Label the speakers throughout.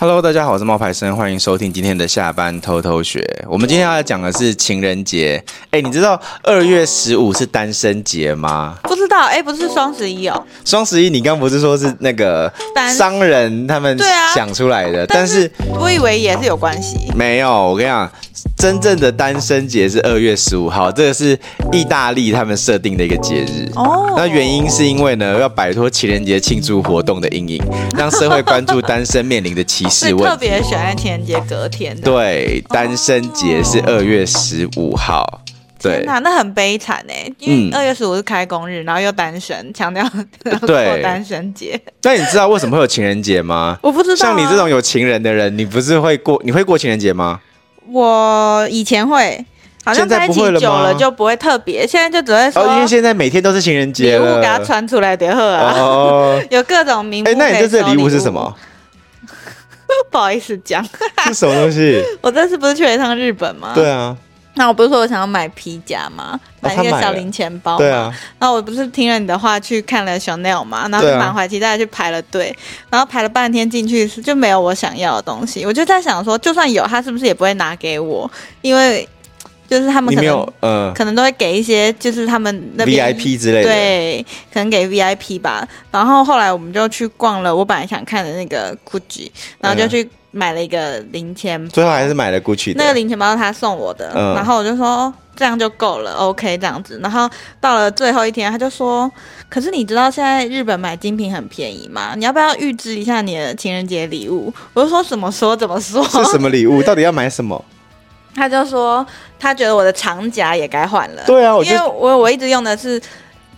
Speaker 1: Hello，大家好，我是冒牌生，欢迎收听今天的下班偷偷学。我们今天要讲的是情人节。哎，你知道二月十五是单身节吗？
Speaker 2: 不知道，哎、不是双十一哦，
Speaker 1: 双十一你刚不是说是那个
Speaker 2: 单
Speaker 1: 商人他们
Speaker 2: 对啊
Speaker 1: 想出来的，但是
Speaker 2: 我以为也是有关系。
Speaker 1: 没有，我跟你讲，真正的单身节是二月十五号，这个是意大利他们设定的一个节日。
Speaker 2: 哦
Speaker 1: 那原因是因为呢，要摆脱情人节庆祝活动的阴影，让社会关注单身面临的歧视
Speaker 2: 是
Speaker 1: 问
Speaker 2: 特
Speaker 1: 题。
Speaker 2: 别选在情人节隔天的。
Speaker 1: 对，单身节是二月十五
Speaker 2: 哦
Speaker 1: 号。对
Speaker 2: 那那很悲惨哎、因
Speaker 1: 嗯
Speaker 2: 为二月十五是开工日，然后又单身，强 调要过
Speaker 1: 对
Speaker 2: 单身节。
Speaker 1: 那你知道为什么会有情人节吗？
Speaker 2: 我不知道、啊
Speaker 1: 像你这种，有情人的人，你不是会过你会过情人节吗？
Speaker 2: 我以前会，好像
Speaker 1: 现在
Speaker 2: 在一
Speaker 1: 不
Speaker 2: 起
Speaker 1: 会了
Speaker 2: 久
Speaker 1: 吗
Speaker 2: 了就不会特别，现在就只会说
Speaker 1: 哦，因为现在每天都是情人
Speaker 2: 啊礼
Speaker 1: 节
Speaker 2: 物
Speaker 1: 了。
Speaker 2: 给他传出来的贺啊，
Speaker 1: 哦，
Speaker 2: 有各种名目。
Speaker 1: 哎、那你这次的礼物是什？么？
Speaker 2: 不好意思讲，
Speaker 1: 是什么东西？
Speaker 2: 我这次不是去了一趟日本吗？
Speaker 1: 对。啊，
Speaker 2: 那我不是说我想要买皮夹吗？
Speaker 1: 哦
Speaker 2: 买
Speaker 1: 他
Speaker 2: 一个
Speaker 1: 买
Speaker 2: 小
Speaker 1: 了
Speaker 2: 零钱包。
Speaker 1: 对。啊，
Speaker 2: 然后我不是听了你的话去看了 Chanel 嘛，然后
Speaker 1: 对
Speaker 2: 就
Speaker 1: 啊
Speaker 2: 满怀期待地去排了队，然后排了半天进去是就没有我想要的东西，我就在想说，就算有他是不是也不会拿给我，因为就是他们
Speaker 1: 你
Speaker 2: 可
Speaker 1: 没
Speaker 2: 能
Speaker 1: 有呃
Speaker 2: 可能都会给一些就是他们那边
Speaker 1: VIP 之类的。
Speaker 2: 对，可能给 VIP 吧。然后后来我们就去逛了我本来想看的那个 Gucci，然后就
Speaker 1: 嗯
Speaker 2: 去买了一个零钱包
Speaker 1: 最后还是买了 GUCCI 的。
Speaker 2: 那个零钱包是他送我的，
Speaker 1: 嗯
Speaker 2: 然后我就说哦这样就够了，OK 这样子。然后到了最后一天，他就说，可是你知道现在日本买精品很便宜吗？你要不要预支一下你的情人节礼物？我就说怎么说怎么说，
Speaker 1: 是什么礼物？到 底要买什么？
Speaker 2: 他就说他觉得我的长夹也该换了，
Speaker 1: 对啊，我
Speaker 2: 因
Speaker 1: 就
Speaker 2: 为我我一直用的是。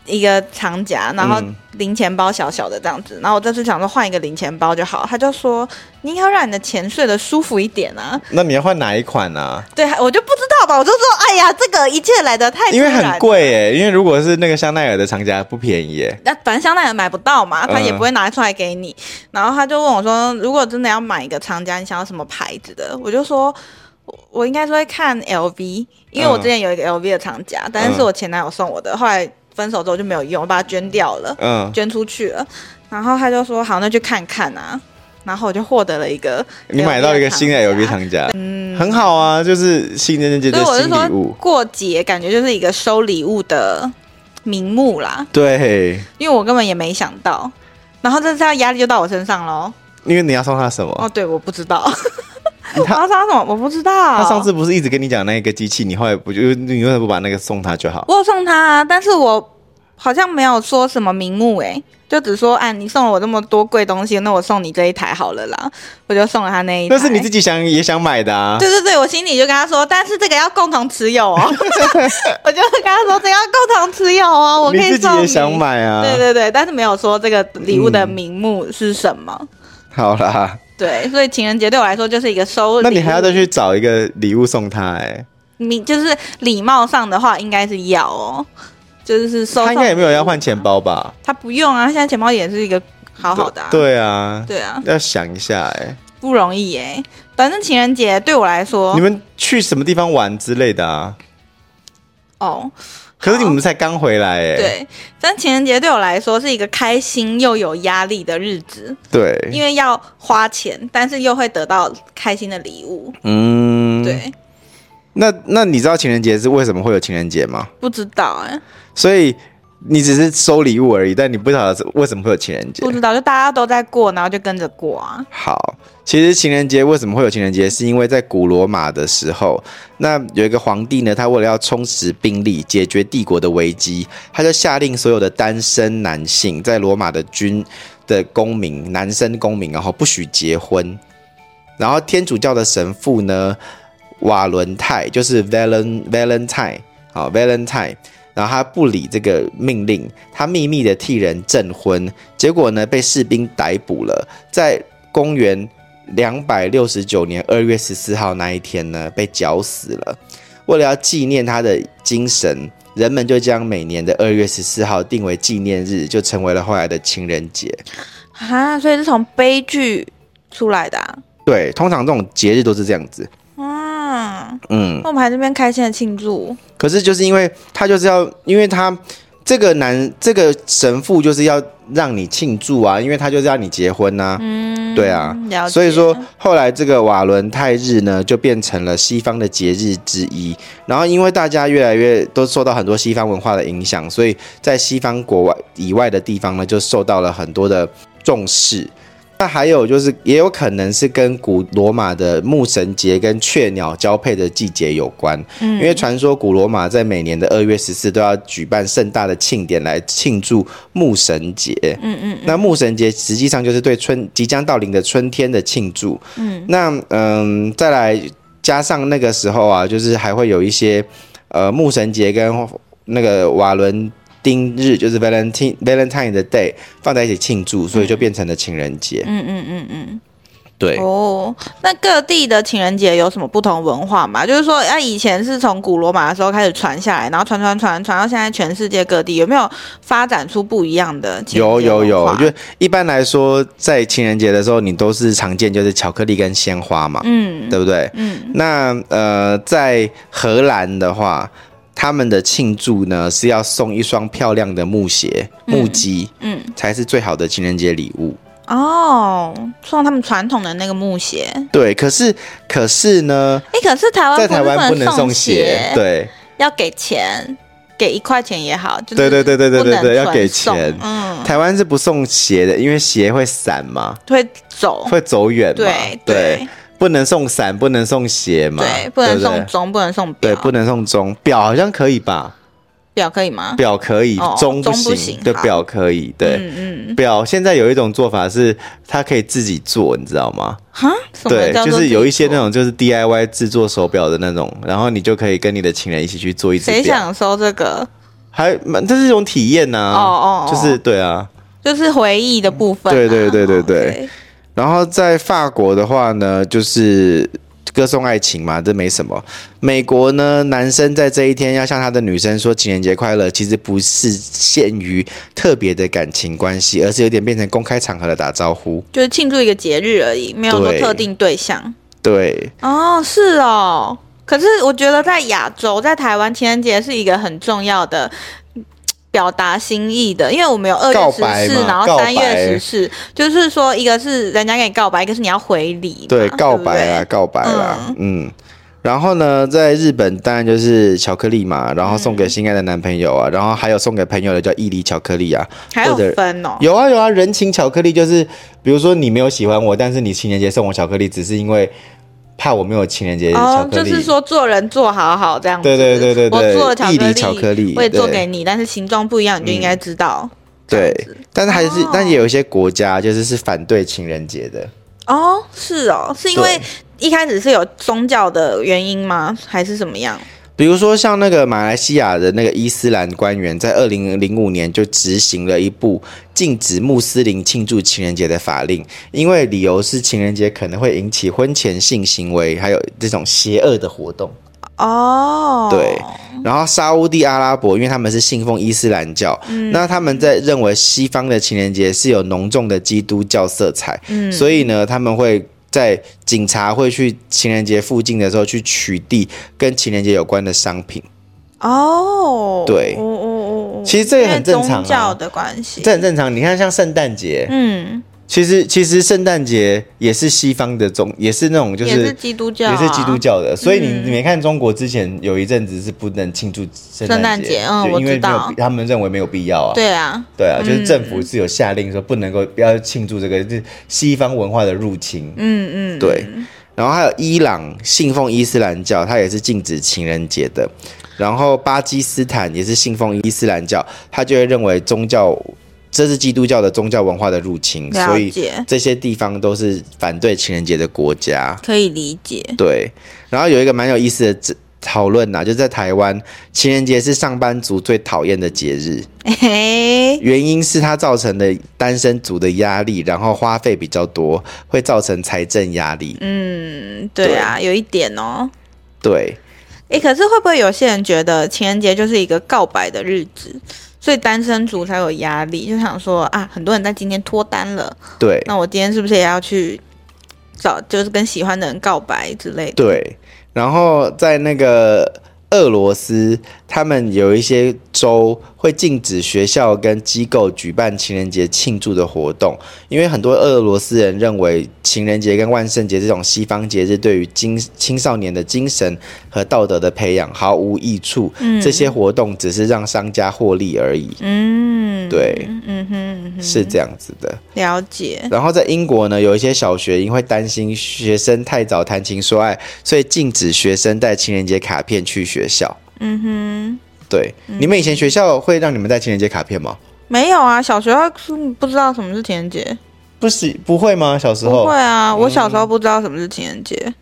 Speaker 2: 一个长夹，然后
Speaker 1: 嗯
Speaker 2: 零钱包小小的这样子，然后我这次想说换一个零钱包就好，他就说你应该让你的钱睡得舒服一点啊，
Speaker 1: 那你要换哪一款啊？
Speaker 2: 对，我就不知道吧，我就说，哎呀，这个一切来的太突
Speaker 1: 因
Speaker 2: 然
Speaker 1: 为很。贵哎，因为如果是那个香奈儿的长夹不便宜耶。
Speaker 2: 那反正香奈儿买不到嘛，他也
Speaker 1: 嗯
Speaker 2: 不会拿出来给你。然后他就问我说：“如果真的要买一个长夹，你想要什么牌子的？”我就说：“我我应该是会看 LV，因为我
Speaker 1: 嗯
Speaker 2: 之前有一个 LV 的长夹，但是是我前男友送我的，后来分手之后就没有用，我把它捐掉了，
Speaker 1: 嗯，
Speaker 2: 捐出去了。然后他就说：好，那去看看啊。然后我就获得了一个，
Speaker 1: 你买到一个新的 LV
Speaker 2: 夹。
Speaker 1: 长夹，嗯，很好啊，就是新人节
Speaker 2: 所
Speaker 1: 的
Speaker 2: 以我是
Speaker 1: 新礼
Speaker 2: 说
Speaker 1: 物，。
Speaker 2: 过节感觉就是一个收礼物的名目啦，
Speaker 1: 对，
Speaker 2: 因为我根本也没想到。然后这次他压力就到我身上喽。
Speaker 1: 因为你要送他什
Speaker 2: 哦，
Speaker 1: 么？
Speaker 2: 对，我不知道， 我
Speaker 1: 他
Speaker 2: 要送他什么？我不知道。
Speaker 1: 他上次不是一直跟你讲那个机器，你后来不就你为什么不把那个送他就好？
Speaker 2: 我有送他、啊，但是我好像没有说什么名目诶、就只说，哎，你送了我这么多贵东西，那我送你这一台好了啦，我就送了他那一台。
Speaker 1: 那是你 自己想也想买的啊。
Speaker 2: 对对对，我心里就跟他说，但是这个要共同持有哦。我就跟他说，这个要共同持有哦，我可
Speaker 1: 你
Speaker 2: 以
Speaker 1: 自己
Speaker 2: 送
Speaker 1: 也想买啊。
Speaker 2: 对对对，但是没有说这个礼物的名目是什么。
Speaker 1: 嗯好啦，
Speaker 2: 对，所以情人节对我来说就是一个收礼物。
Speaker 1: 那你还要再去找一个礼物送他哎、
Speaker 2: 你就是礼貌上的话，应该是要哦，就是收。
Speaker 1: 他应该也没有要换，钱包吧？
Speaker 2: 他不用啊，他现在钱包也是一个好好的、啊。
Speaker 1: 对啊，
Speaker 2: 对啊，
Speaker 1: 要想一下哎、
Speaker 2: 不容易哎、反正情人节对我来说
Speaker 1: 你，们去什么地方玩之类的啊？
Speaker 2: 哦，
Speaker 1: 可是你们才刚回来哎、
Speaker 2: 对，但情人节对我来说是一个开心又有压力的日子，因
Speaker 1: 对，
Speaker 2: 为要花钱，但是又会得到开心的礼物。
Speaker 1: 嗯，。
Speaker 2: 对，
Speaker 1: 那那你知道情人节是为什么会有情人节吗？
Speaker 2: 不知道哎、
Speaker 1: 所以你只是收礼物而已，但你不晓得为什么会有情人节
Speaker 2: 不。知道，就大家都在过，然后就跟着过啊。
Speaker 1: 好，其实情人节为什么会有情人节，是因为在古罗马的时候，那有一个皇帝呢，他为了要充实兵力，解决帝国的危机，他就下令所有的单身男性在罗马的军的公民，男生公民，然后不许结婚。然后天主教的神父呢，瓦伦泰就是 Valen Valentine，好 Valentine，然后他不理这个命令，他秘密的替人证婚，结果呢被士兵逮捕了，在公元两百六十九年二月十四号那一天呢被绞死了。为了要纪念他的精神，人们就将每年的二月十四号定为纪念日，就成为了后来的情人节。
Speaker 2: 啊，所以是从悲剧出来的啊。
Speaker 1: 对，通常这种节日都是这样子。
Speaker 2: 嗯，
Speaker 1: 嗯，
Speaker 2: 那我们还这边开心的庆祝，
Speaker 1: 可是就是因为他就是要，因为他这个男这个神父就是要让你庆祝啊，因为他就是要你结婚呐、
Speaker 2: 嗯，
Speaker 1: 对啊
Speaker 2: 了解
Speaker 1: 所以说，后来这个瓦伦泰日呢，就变成了西方的节日之一。然后，因为大家越来越都受到很多西方文化的影响，所以在西方国外以外的地方呢，就受到了很多的重视。那还有就是，也有可能是跟古罗马的牧神节跟雀鸟交配的季节有关，
Speaker 2: 嗯
Speaker 1: 因为传说古罗马在每年的二月十四都要举办盛大的庆典来庆祝牧神节。
Speaker 2: 嗯嗯
Speaker 1: 那牧神节实际上就是对春即将到临的春天的庆祝。
Speaker 2: 嗯，
Speaker 1: 那嗯，再来加上那个时候啊，就是还会有一些呃牧神节跟那个瓦伦丁日，就是 Valentine Valentine 的 Day 放在一起庆祝，所以就变成了情人节。
Speaker 2: 嗯嗯嗯嗯
Speaker 1: 对
Speaker 2: 嗯，，哦，那各地的情人节有什么不同文化吗？就是说，啊，以前是从古罗马的时候开始传下来，然后传传传传到现在全世界各地，有没有发展出不一样的情人
Speaker 1: 有
Speaker 2: 节
Speaker 1: 有
Speaker 2: 文
Speaker 1: 有
Speaker 2: 化，
Speaker 1: 就一般来说，在情人节的时候，你都是常见就是巧克力跟鲜花嘛，
Speaker 2: 嗯
Speaker 1: 对不对？
Speaker 2: 嗯
Speaker 1: 那呃，在荷兰的话，他们的庆祝呢是要送一双漂亮的木鞋、木屐，
Speaker 2: 嗯，
Speaker 1: 才是最好的情人节礼物。
Speaker 2: 哦，送他们传统的那个木鞋，
Speaker 1: 对，可是可是呢，
Speaker 2: 哎，可是台湾
Speaker 1: 在台湾
Speaker 2: 不
Speaker 1: 不
Speaker 2: 是
Speaker 1: 能
Speaker 2: 能
Speaker 1: 送
Speaker 2: 鞋
Speaker 1: 鞋，，，对
Speaker 2: 要给钱，给一块钱也好，就是
Speaker 1: 对对对对对
Speaker 2: 不能
Speaker 1: 对对，要给
Speaker 2: 纯送
Speaker 1: 钱。
Speaker 2: 嗯，
Speaker 1: 台湾是不送鞋的，因为鞋会散嘛，
Speaker 2: 会走，
Speaker 1: 会走远嘛，
Speaker 2: 哦对对
Speaker 1: 不能送伞，不能送鞋嘛，
Speaker 2: 对，不能送
Speaker 1: 对
Speaker 2: 钟，不能送表，
Speaker 1: 对，不能送钟，表好像可以吧？
Speaker 2: 表可以吗？
Speaker 1: 表可以
Speaker 2: 哦，
Speaker 1: 钟
Speaker 2: 钟不行
Speaker 1: 行，对，
Speaker 2: 好
Speaker 1: 表可以，对。
Speaker 2: 嗯嗯，
Speaker 1: 表现在有一种做法是，它可以自己做，你知道吗？
Speaker 2: 哈，什么
Speaker 1: 对，
Speaker 2: 叫
Speaker 1: 就
Speaker 2: 做
Speaker 1: 是有一些
Speaker 2: 自
Speaker 1: 那
Speaker 2: 己做
Speaker 1: 种就是 DIY 制作手表的那种，然后你就可以跟你的情人一起去做一只
Speaker 2: 谁
Speaker 1: 表，
Speaker 2: 想收这个？
Speaker 1: 还蛮这是一种体验呐、
Speaker 2: 哦哦哦
Speaker 1: 啊就是对啊。
Speaker 2: 就是回忆的部分啊，
Speaker 1: 对对对对对
Speaker 2: OK，
Speaker 1: 然后在法国的话呢，就是歌颂爱情嘛，这没什么。美国呢，男生在这一天要向他的女生说情人节快乐，其实不是限于特别的感情关系，而是有点变成公开场合的打招呼。
Speaker 2: 就是庆祝一个节日而已，没有说
Speaker 1: 对
Speaker 2: 特定对象。
Speaker 1: 对，
Speaker 2: 哦，是哦。可是我觉得在亚洲，在台湾情人节是一个很重要的嗯表达心意的，因为我们有二月
Speaker 1: 告
Speaker 2: 十
Speaker 1: 白
Speaker 2: 四，
Speaker 1: 嘛
Speaker 2: 然后
Speaker 1: 告
Speaker 2: 三月
Speaker 1: 白
Speaker 2: 十四，就是说一个是人家给你告白，一个是你要回礼嘛，
Speaker 1: 对，告
Speaker 2: 不
Speaker 1: 白
Speaker 2: 啊
Speaker 1: 啊
Speaker 2: 对
Speaker 1: 啦，告白啦，嗯。然后呢，在日本当然就是巧克力嘛，然后送
Speaker 2: 嗯
Speaker 1: 给心爱的男朋友啊，然后还有送给朋友的叫伊犁巧克力啊，
Speaker 2: 还有
Speaker 1: 或者
Speaker 2: 分哦，
Speaker 1: 有啊有啊，人情巧克力就是，比如说你没有喜欢我，但是你情人节送我巧克力，只是因为怕我没有情人节巧
Speaker 2: 哦，
Speaker 1: 克
Speaker 2: 就
Speaker 1: 力。
Speaker 2: 是说做人做好好这样子。
Speaker 1: 对对对对对
Speaker 2: 我做了巧克
Speaker 1: 一
Speaker 2: 力，
Speaker 1: 厘巧克力
Speaker 2: 我也做
Speaker 1: 对
Speaker 2: 给你，但是形状不一样，你就应该知道。这样
Speaker 1: 对
Speaker 2: 子，
Speaker 1: 但是还是，
Speaker 2: 哦
Speaker 1: 但也有一些国家就是是反对情人节的。
Speaker 2: 哦，是哦，是因为
Speaker 1: 嗯对
Speaker 2: 一开始是有宗教的原因吗？还是怎么样？
Speaker 1: 比如说，像那个马来西亚的那个伊斯兰官员，在二零零五年就执行了一部禁止穆斯林庆祝情人节的法令，因为理由是情人节可能会引起婚前性行为，还有这种邪恶的活动。
Speaker 2: 哦，
Speaker 1: 对然后沙乌地阿拉伯，因为他们是信奉伊斯兰教，那他们在认为西方的情人节是有浓重的基督教色彩，
Speaker 2: 嗯
Speaker 1: 所以呢，他们会在警察会去情人节附近的时候去取缔跟情人节有关的商品，
Speaker 2: 哦，
Speaker 1: 对
Speaker 2: 哦哦哦哦，
Speaker 1: 其实这也很正常啊
Speaker 2: 因为宗教的关系，
Speaker 1: 这很正常。你看，像圣诞节，
Speaker 2: 嗯，
Speaker 1: 其实其实圣诞节也是西方的宗，也是那种就
Speaker 2: 也是
Speaker 1: 是。
Speaker 2: 基督教啊，
Speaker 1: 也是基督教的，所以你
Speaker 2: 嗯
Speaker 1: 你没看中国之前有一阵子是不能庆祝圣
Speaker 2: 圣
Speaker 1: 诞
Speaker 2: 诞
Speaker 1: 节
Speaker 2: 节，嗯
Speaker 1: 就
Speaker 2: 我
Speaker 1: 因为
Speaker 2: 知
Speaker 1: 没有
Speaker 2: 道
Speaker 1: 必他们认为没有必要啊。
Speaker 2: 对啊，
Speaker 1: 对啊，就是
Speaker 2: 嗯
Speaker 1: 政府是有下令说不能够不要庆祝这个，就是西方文化的入侵。
Speaker 2: 嗯嗯，
Speaker 1: 对，然后还有伊朗信奉伊斯兰教，它也是禁止情人节的。然后巴基斯坦也是信奉伊斯兰教，他就会认为宗教这是基督教的宗教文化的入侵，所
Speaker 2: 了
Speaker 1: 以
Speaker 2: 解，
Speaker 1: 这些地方都是反对情人节的国家。
Speaker 2: 可以理 解，
Speaker 1: 对，然后有一个蛮有意思的这讨论呐、啊就在台湾，情人节是上班族最讨厌的节日。
Speaker 2: 嘿，
Speaker 1: 原因是它造成的单身族的压力，然后花费比较多，会造成财政压力。
Speaker 2: 嗯，对啊，有一点哦。
Speaker 1: 对，
Speaker 2: 诶，可是会不会有些人觉得情人节就是一个告白的日子，所以单身族才有压力，就想说啊，很多人在今天脱单了，
Speaker 1: 对，
Speaker 2: 那我今天是不是也要去找，就是跟喜欢的人告白之类的？，
Speaker 1: 对。然后在那个俄罗斯，他们有一些州会禁止学校跟机构举办情人节庆祝的活动，因为很多俄罗斯人认为情人节跟万圣节这种西方节日对于精青少年的精神和道德的培养毫无益处，这些活动只是让商家获利而已。
Speaker 2: 嗯，
Speaker 1: 对，
Speaker 2: 嗯哼，嗯哼
Speaker 1: 是这样子的。
Speaker 2: 了 解，
Speaker 1: 然后在英国呢，有一些小学因为担心学生太早谈情说爱，所以禁止学生带情人节卡片去学校。
Speaker 2: 嗯
Speaker 1: 对，你们以前学校会让你们带情人节卡片吗？
Speaker 2: 哼，没有啊，小学是不知道什么是情人节，
Speaker 1: 不是不会吗？小时
Speaker 2: 不
Speaker 1: 候
Speaker 2: 会。啊，我小时候不知道什么是情人节，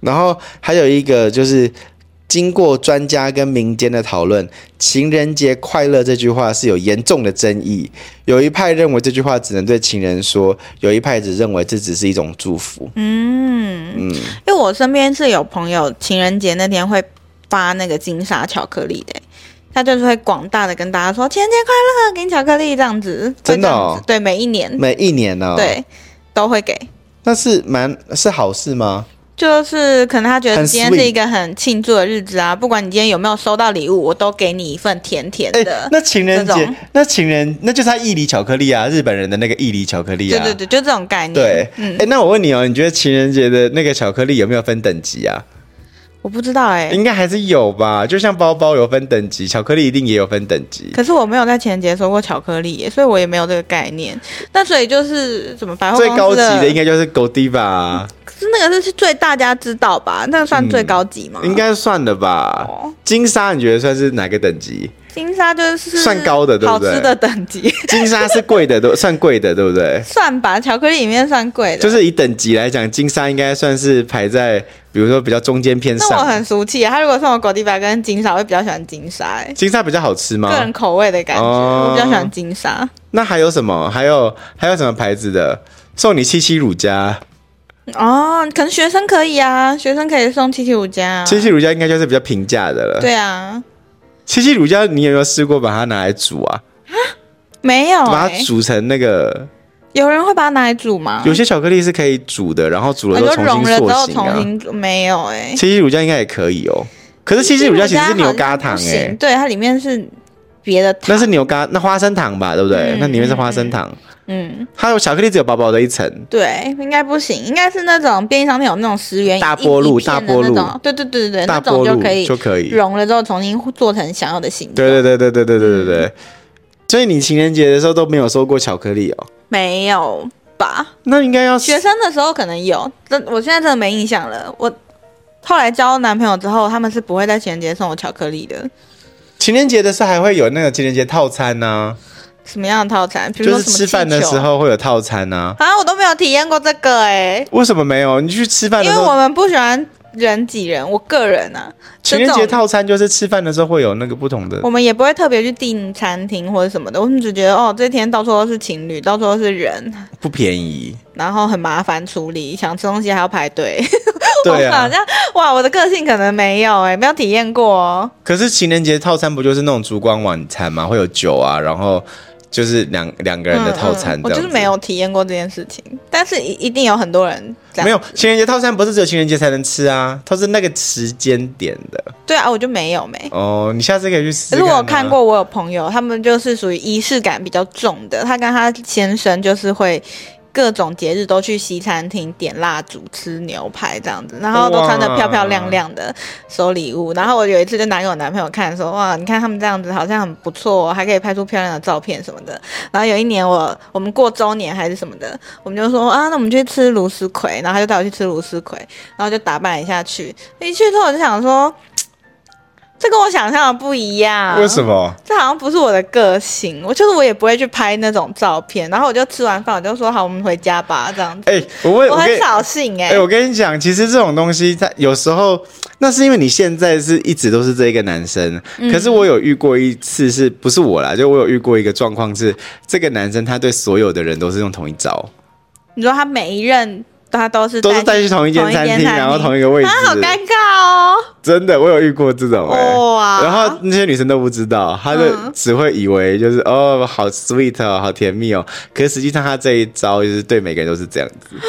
Speaker 1: 然后还有一个就是，经过专家跟民间的讨论，“情人节快乐”这句话是有严重的争议。有一派认为这句话只能对情人说，有一派只认为这只是一种祝福。
Speaker 2: 嗯，因为我身边是有朋友情人节那天会发那个金沙巧克力的、欸他就是会广大的跟大家说情人节快乐，给你巧克力这样子，会
Speaker 1: 真的哦嗯
Speaker 2: 这样子对，每一年、
Speaker 1: 每一年呢、，
Speaker 2: 对都会给，
Speaker 1: 那是蛮是好事吗？
Speaker 2: 就是可能他觉得
Speaker 1: 很
Speaker 2: 今天
Speaker 1: sweet
Speaker 2: 是一个很庆祝的日子啊，不管你今天有没有收到礼物，我都给你一份甜甜
Speaker 1: 哎、
Speaker 2: 的。
Speaker 1: 那情人
Speaker 2: 这
Speaker 1: 节
Speaker 2: 种，
Speaker 1: 那情人，那就是他意梨巧克力啊，日本人的那个意梨巧克力
Speaker 2: 对
Speaker 1: 啊。
Speaker 2: 对对，就这种概念。
Speaker 1: 对哎、
Speaker 2: 嗯，
Speaker 1: 那我问你哦，你觉得情人节的那个巧克力有没有分等级啊？
Speaker 2: 我不知道哎、
Speaker 1: 应该还是有吧，就像包包有分等级，巧克力一定也有分等级。
Speaker 2: 可是我没有在情人节收过巧克力耶，所以我也没有这个概念。那所以就是怎么百货
Speaker 1: 最
Speaker 2: 公
Speaker 1: 高
Speaker 2: 司
Speaker 1: 级的应该就是 Godiva，、啊
Speaker 2: 是那个是最大家知道吧？那个算最高级吗？
Speaker 1: 嗯应该算了吧。
Speaker 2: 哦
Speaker 1: 金沙你觉得算是哪个等级？
Speaker 2: 金沙就是
Speaker 1: 算高的对不对
Speaker 2: 好吃的等级
Speaker 1: 金沙是贵的，都 算贵的，对不对？
Speaker 2: 算吧，巧克力里面算贵的。
Speaker 1: 就是以等级来讲，金沙应该算是排在，比如说比较中间偏
Speaker 2: 那我
Speaker 1: 上。
Speaker 2: 很俗气啊耶，他如果送我狗地白跟金沙，我会比较喜欢金沙耶，
Speaker 1: 金沙比较好吃吗？
Speaker 2: 个人口味的感觉，
Speaker 1: 嗯哦
Speaker 2: 我比较喜欢金沙。
Speaker 1: 那还有什么？还有还有什么牌子的？送你七七乳
Speaker 2: 啊
Speaker 1: 加，
Speaker 2: 哦，可能学生可以啊，学生可以送七七五加、
Speaker 1: 七七乳加应该就是比较平价的了。
Speaker 2: 对啊，
Speaker 1: 七七乳加，你有没有试过把它拿来煮啊？
Speaker 2: 没有
Speaker 1: 把
Speaker 2: 耶、
Speaker 1: 它煮成那个，
Speaker 2: 有人会把它拿来煮吗？
Speaker 1: 有些巧克力是可以煮的，然后煮了
Speaker 2: 很
Speaker 1: 之后
Speaker 2: 多
Speaker 1: 重
Speaker 2: 啊融
Speaker 1: 新
Speaker 2: 了之
Speaker 1: 塑
Speaker 2: 后
Speaker 1: 形
Speaker 2: 重
Speaker 1: 啊。
Speaker 2: 新煮没有哎、
Speaker 1: 七七乳加应该也可以哦。可是七七乳加其实是牛轧糖
Speaker 2: 好像
Speaker 1: 哎、
Speaker 2: 不行对，它里面是别的糖，
Speaker 1: 那是牛轧，那花生糖吧，对不对？
Speaker 2: 嗯
Speaker 1: 那里面是花生糖，
Speaker 2: 嗯。
Speaker 1: 它有巧克力只有薄薄的一层，
Speaker 2: 对，应该不行，应该是那种便利商店有那种十元
Speaker 1: 大
Speaker 2: 一
Speaker 1: 波露
Speaker 2: 一片的
Speaker 1: 大波露
Speaker 2: 那种对对对对对，
Speaker 1: 大
Speaker 2: 那
Speaker 1: 波
Speaker 2: 种就
Speaker 1: 露
Speaker 2: 可以
Speaker 1: 就可以。
Speaker 2: 融了之后重新做成想要的嗯形状。
Speaker 1: 对对对对对对对对对。所以你情人节的时候都没有收过巧克力哦？
Speaker 2: 没有吧？
Speaker 1: 那应该要
Speaker 2: 学生的时候可能有，但我现在真的没印象了。我后来交男朋友之后，他们是不会在情人节送我巧克力的。
Speaker 1: 情人节的时候还会有那个情人节套餐呢、
Speaker 2: 什么样的套餐？比如
Speaker 1: 就
Speaker 2: 说
Speaker 1: 是
Speaker 2: 什么
Speaker 1: 吃饭的
Speaker 2: 气球
Speaker 1: 时候会有套餐呢、
Speaker 2: 啊，我都没有体验过这个哎、
Speaker 1: 为什么没有？你去吃饭的
Speaker 2: 因
Speaker 1: 时
Speaker 2: 为我
Speaker 1: 候，
Speaker 2: 们不喜欢人挤人。我个人啊，
Speaker 1: 情人
Speaker 2: 这
Speaker 1: 节
Speaker 2: 种
Speaker 1: 套餐就是吃饭的时候会有那个不同的。
Speaker 2: 我们也不会特别去订餐厅或者什么的，我们只觉得哦，这天到处都是情侣，到处都是人，
Speaker 1: 不便宜，
Speaker 2: 然后很麻烦处理，想吃东西还要排队。
Speaker 1: 对
Speaker 2: 我好
Speaker 1: 啊。
Speaker 2: 像哇，我的个性可能没有哎、没有体验过哦。
Speaker 1: 可是情人节套餐不就是那种烛光晚餐嘛，会有酒啊，然后就是两两个人的套餐
Speaker 2: 嗯嗯
Speaker 1: 这
Speaker 2: 我
Speaker 1: 样
Speaker 2: 就
Speaker 1: 子、
Speaker 2: 是没有体验过这件事情，但是一一定有很多人这样。
Speaker 1: 没有情人节套餐，不是只有情人节才能吃啊，它是那个时间点的
Speaker 2: 对啊，我就没有没。
Speaker 1: 哦。你下次可以去试、
Speaker 2: 可
Speaker 1: 啊。
Speaker 2: 是我有看过，我有朋友，他们就是属于仪式感比较重的，他跟他先生就是会。各种节日都去西餐厅点蜡烛、吃牛排这样子，然后都穿的漂漂亮亮的，收礼物。然后我有一次就拿给我男朋友看，说：“哇，你看他们这样子好像很不错、哦，还可以拍出漂亮的照片什么的。”然后有一年我我们过周年还是什么的，我们就说：“啊，那我们去吃芦丝葵。”然后他就带我去吃芦丝葵，然后就打扮一下去。一去之后我就想说，这跟我想象的不一样，
Speaker 1: 为什？么？
Speaker 2: 这好像不是我的个性，我就是我也不会去拍那种照片，然后我就吃完饭我就说好，我们回家吧，这样子。
Speaker 1: 哎、我问，
Speaker 2: 我
Speaker 1: 我跟
Speaker 2: 很扫兴哎、
Speaker 1: 哎、我跟你讲，其实这种东西，它有时候那是因为你现在是一直都是这一个男生，
Speaker 2: 嗯
Speaker 1: 可是我有遇过一次是，不是我啦？就我有遇过一个状况是，这个男生他对所有的人都是用同一招，
Speaker 2: 你说他每一任他都是
Speaker 1: 都是带去同一间
Speaker 2: 同一
Speaker 1: 餐
Speaker 2: 间
Speaker 1: 厅，
Speaker 2: 餐厅
Speaker 1: 然后同一个位置
Speaker 2: 啊，， 好尴尬哦，
Speaker 1: 真的，我有遇过这种哎、
Speaker 2: 哇
Speaker 1: 然后那些女生都不知道，她就
Speaker 2: 嗯
Speaker 1: 只会以为就是、哦，好 sweet 哦，好甜蜜哦。可是实际上，她这一招就是对每个人都是这样
Speaker 2: 嗯
Speaker 1: 子，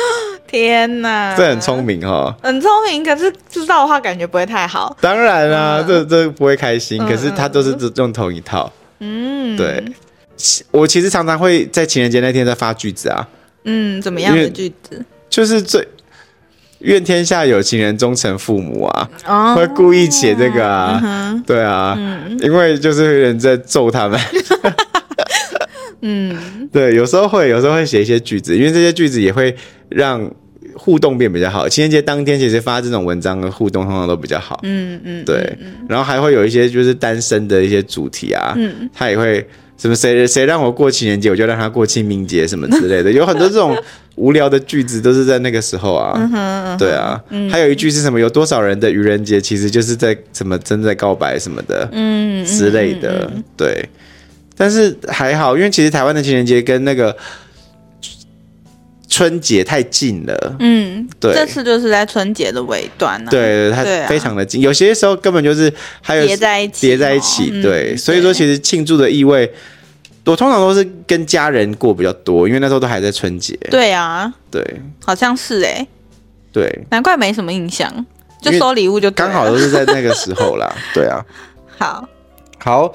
Speaker 2: 天哪，
Speaker 1: 这很聪，明哈、哦。
Speaker 2: 很聪明，可是知道的话感觉不会太好。
Speaker 1: 当然啦、啊
Speaker 2: 嗯
Speaker 1: 这这不会开心，
Speaker 2: 嗯
Speaker 1: 可是他都是用同一套。
Speaker 2: 嗯，
Speaker 1: 对，我其实常常会在情人节那天在发句子啊，
Speaker 2: 嗯，怎么样
Speaker 1: 因
Speaker 2: 的
Speaker 1: 为
Speaker 2: 句子？
Speaker 1: 就是最愿天下有情人终成父母啊，
Speaker 2: 哦
Speaker 1: 会故意写这个啊，
Speaker 2: 嗯
Speaker 1: 对啊，因为就是有人在揍他 们，
Speaker 2: 嗯，
Speaker 1: 对，有时候会，有时候会写一些句子，因为这些句子也会让互动变比较好。情人节当天其实发这种文章的互动通常都比较好，
Speaker 2: 嗯嗯，
Speaker 1: 对，然后还会有一些就是单身的一些主题啊，
Speaker 2: 嗯
Speaker 1: 他也会什么谁谁让我过情人节，我就让他过清明节什么之类的，有很多这 种无聊的句子都是在那个时候啊
Speaker 2: 嗯，哼，
Speaker 1: 对啊，还有一句是什么？有多少人的愚人节其实就是在什么正在告白什么的
Speaker 2: 嗯
Speaker 1: 之类的，对。但是还好，因为其实台湾的情人节跟那个春节太近了，
Speaker 2: 嗯，
Speaker 1: 对
Speaker 2: 这次就是在春节的尾端呢，，
Speaker 1: 对，它
Speaker 2: 对啊
Speaker 1: 非常的近，有些时候根本就是还有
Speaker 2: 叠在一起哦，
Speaker 1: 叠在一起，
Speaker 2: 嗯
Speaker 1: 对，所以说其实庆祝的意味，我通常都是跟家人过比较多，因为那时候都还在春节，
Speaker 2: 对啊，
Speaker 1: 对
Speaker 2: 好像是哎，
Speaker 1: 对，
Speaker 2: 难怪没什么印象，就
Speaker 1: 因为
Speaker 2: 收礼物就对
Speaker 1: 刚好
Speaker 2: 了
Speaker 1: 都是在那个时候 啦，对啊。
Speaker 2: 好，
Speaker 1: 好，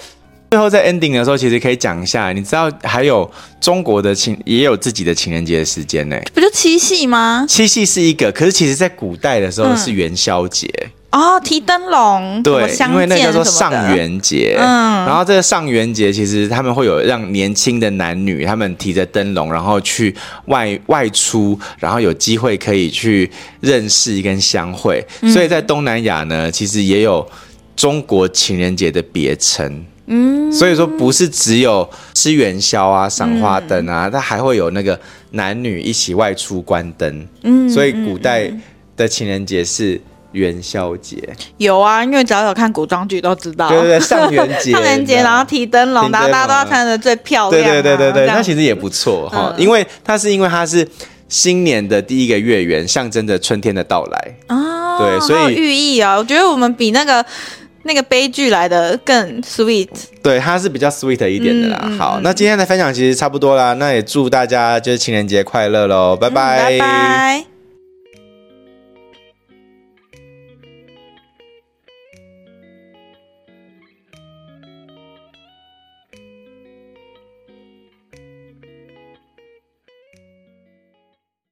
Speaker 1: 最后在 ending 的时候，其实可以讲一下，你知道还有中国的情也有自己的情人节的时间呢、
Speaker 2: 不就七夕吗？
Speaker 1: 七夕是一个，可是其实在古代的时候
Speaker 2: 嗯
Speaker 1: 是元宵节，
Speaker 2: 哦，提灯笼，什么
Speaker 1: 对，
Speaker 2: 相
Speaker 1: 因为那
Speaker 2: 见
Speaker 1: 叫做
Speaker 2: 什么
Speaker 1: 上
Speaker 2: 的，
Speaker 1: 元节。
Speaker 2: 嗯
Speaker 1: 然后这个上元节，其实他们会有让年轻的男女，他们提着灯笼，然后去外外出，然后有机会可以去认识跟相会。
Speaker 2: 嗯
Speaker 1: 所以在东南亚呢，其实也有中国情人节的别称。
Speaker 2: 嗯
Speaker 1: 所以说不是只有吃元宵啊、赏花灯啊，
Speaker 2: 嗯
Speaker 1: 它还会有那个男女一起外出观灯。
Speaker 2: 嗯，
Speaker 1: 所以古代的情人节是元宵节，
Speaker 2: 有啊，因为只要有看古装剧都知道，
Speaker 1: 对对 对，上元节，
Speaker 2: 上元节，然后提灯笼，
Speaker 1: 提灯笼
Speaker 2: 然后大家都要穿的最漂
Speaker 1: 对
Speaker 2: 亮、啊，
Speaker 1: 对对对对，
Speaker 2: 这
Speaker 1: 那
Speaker 2: 样
Speaker 1: 其实也不错哈，
Speaker 2: 嗯
Speaker 1: 因为它是因为它是新年的第一个月圆，象征着春天的到来。
Speaker 2: 哦，
Speaker 1: 对所以
Speaker 2: 好有寓意啊，我觉得我们比那个那个悲剧来的更 sweet，
Speaker 1: 对，它是比较 sweet 一点的啦。
Speaker 2: 嗯嗯
Speaker 1: 好，那今天的分享其实差不多啦，那也祝大家就是情人节快乐喽，拜
Speaker 2: 嗯拜拜。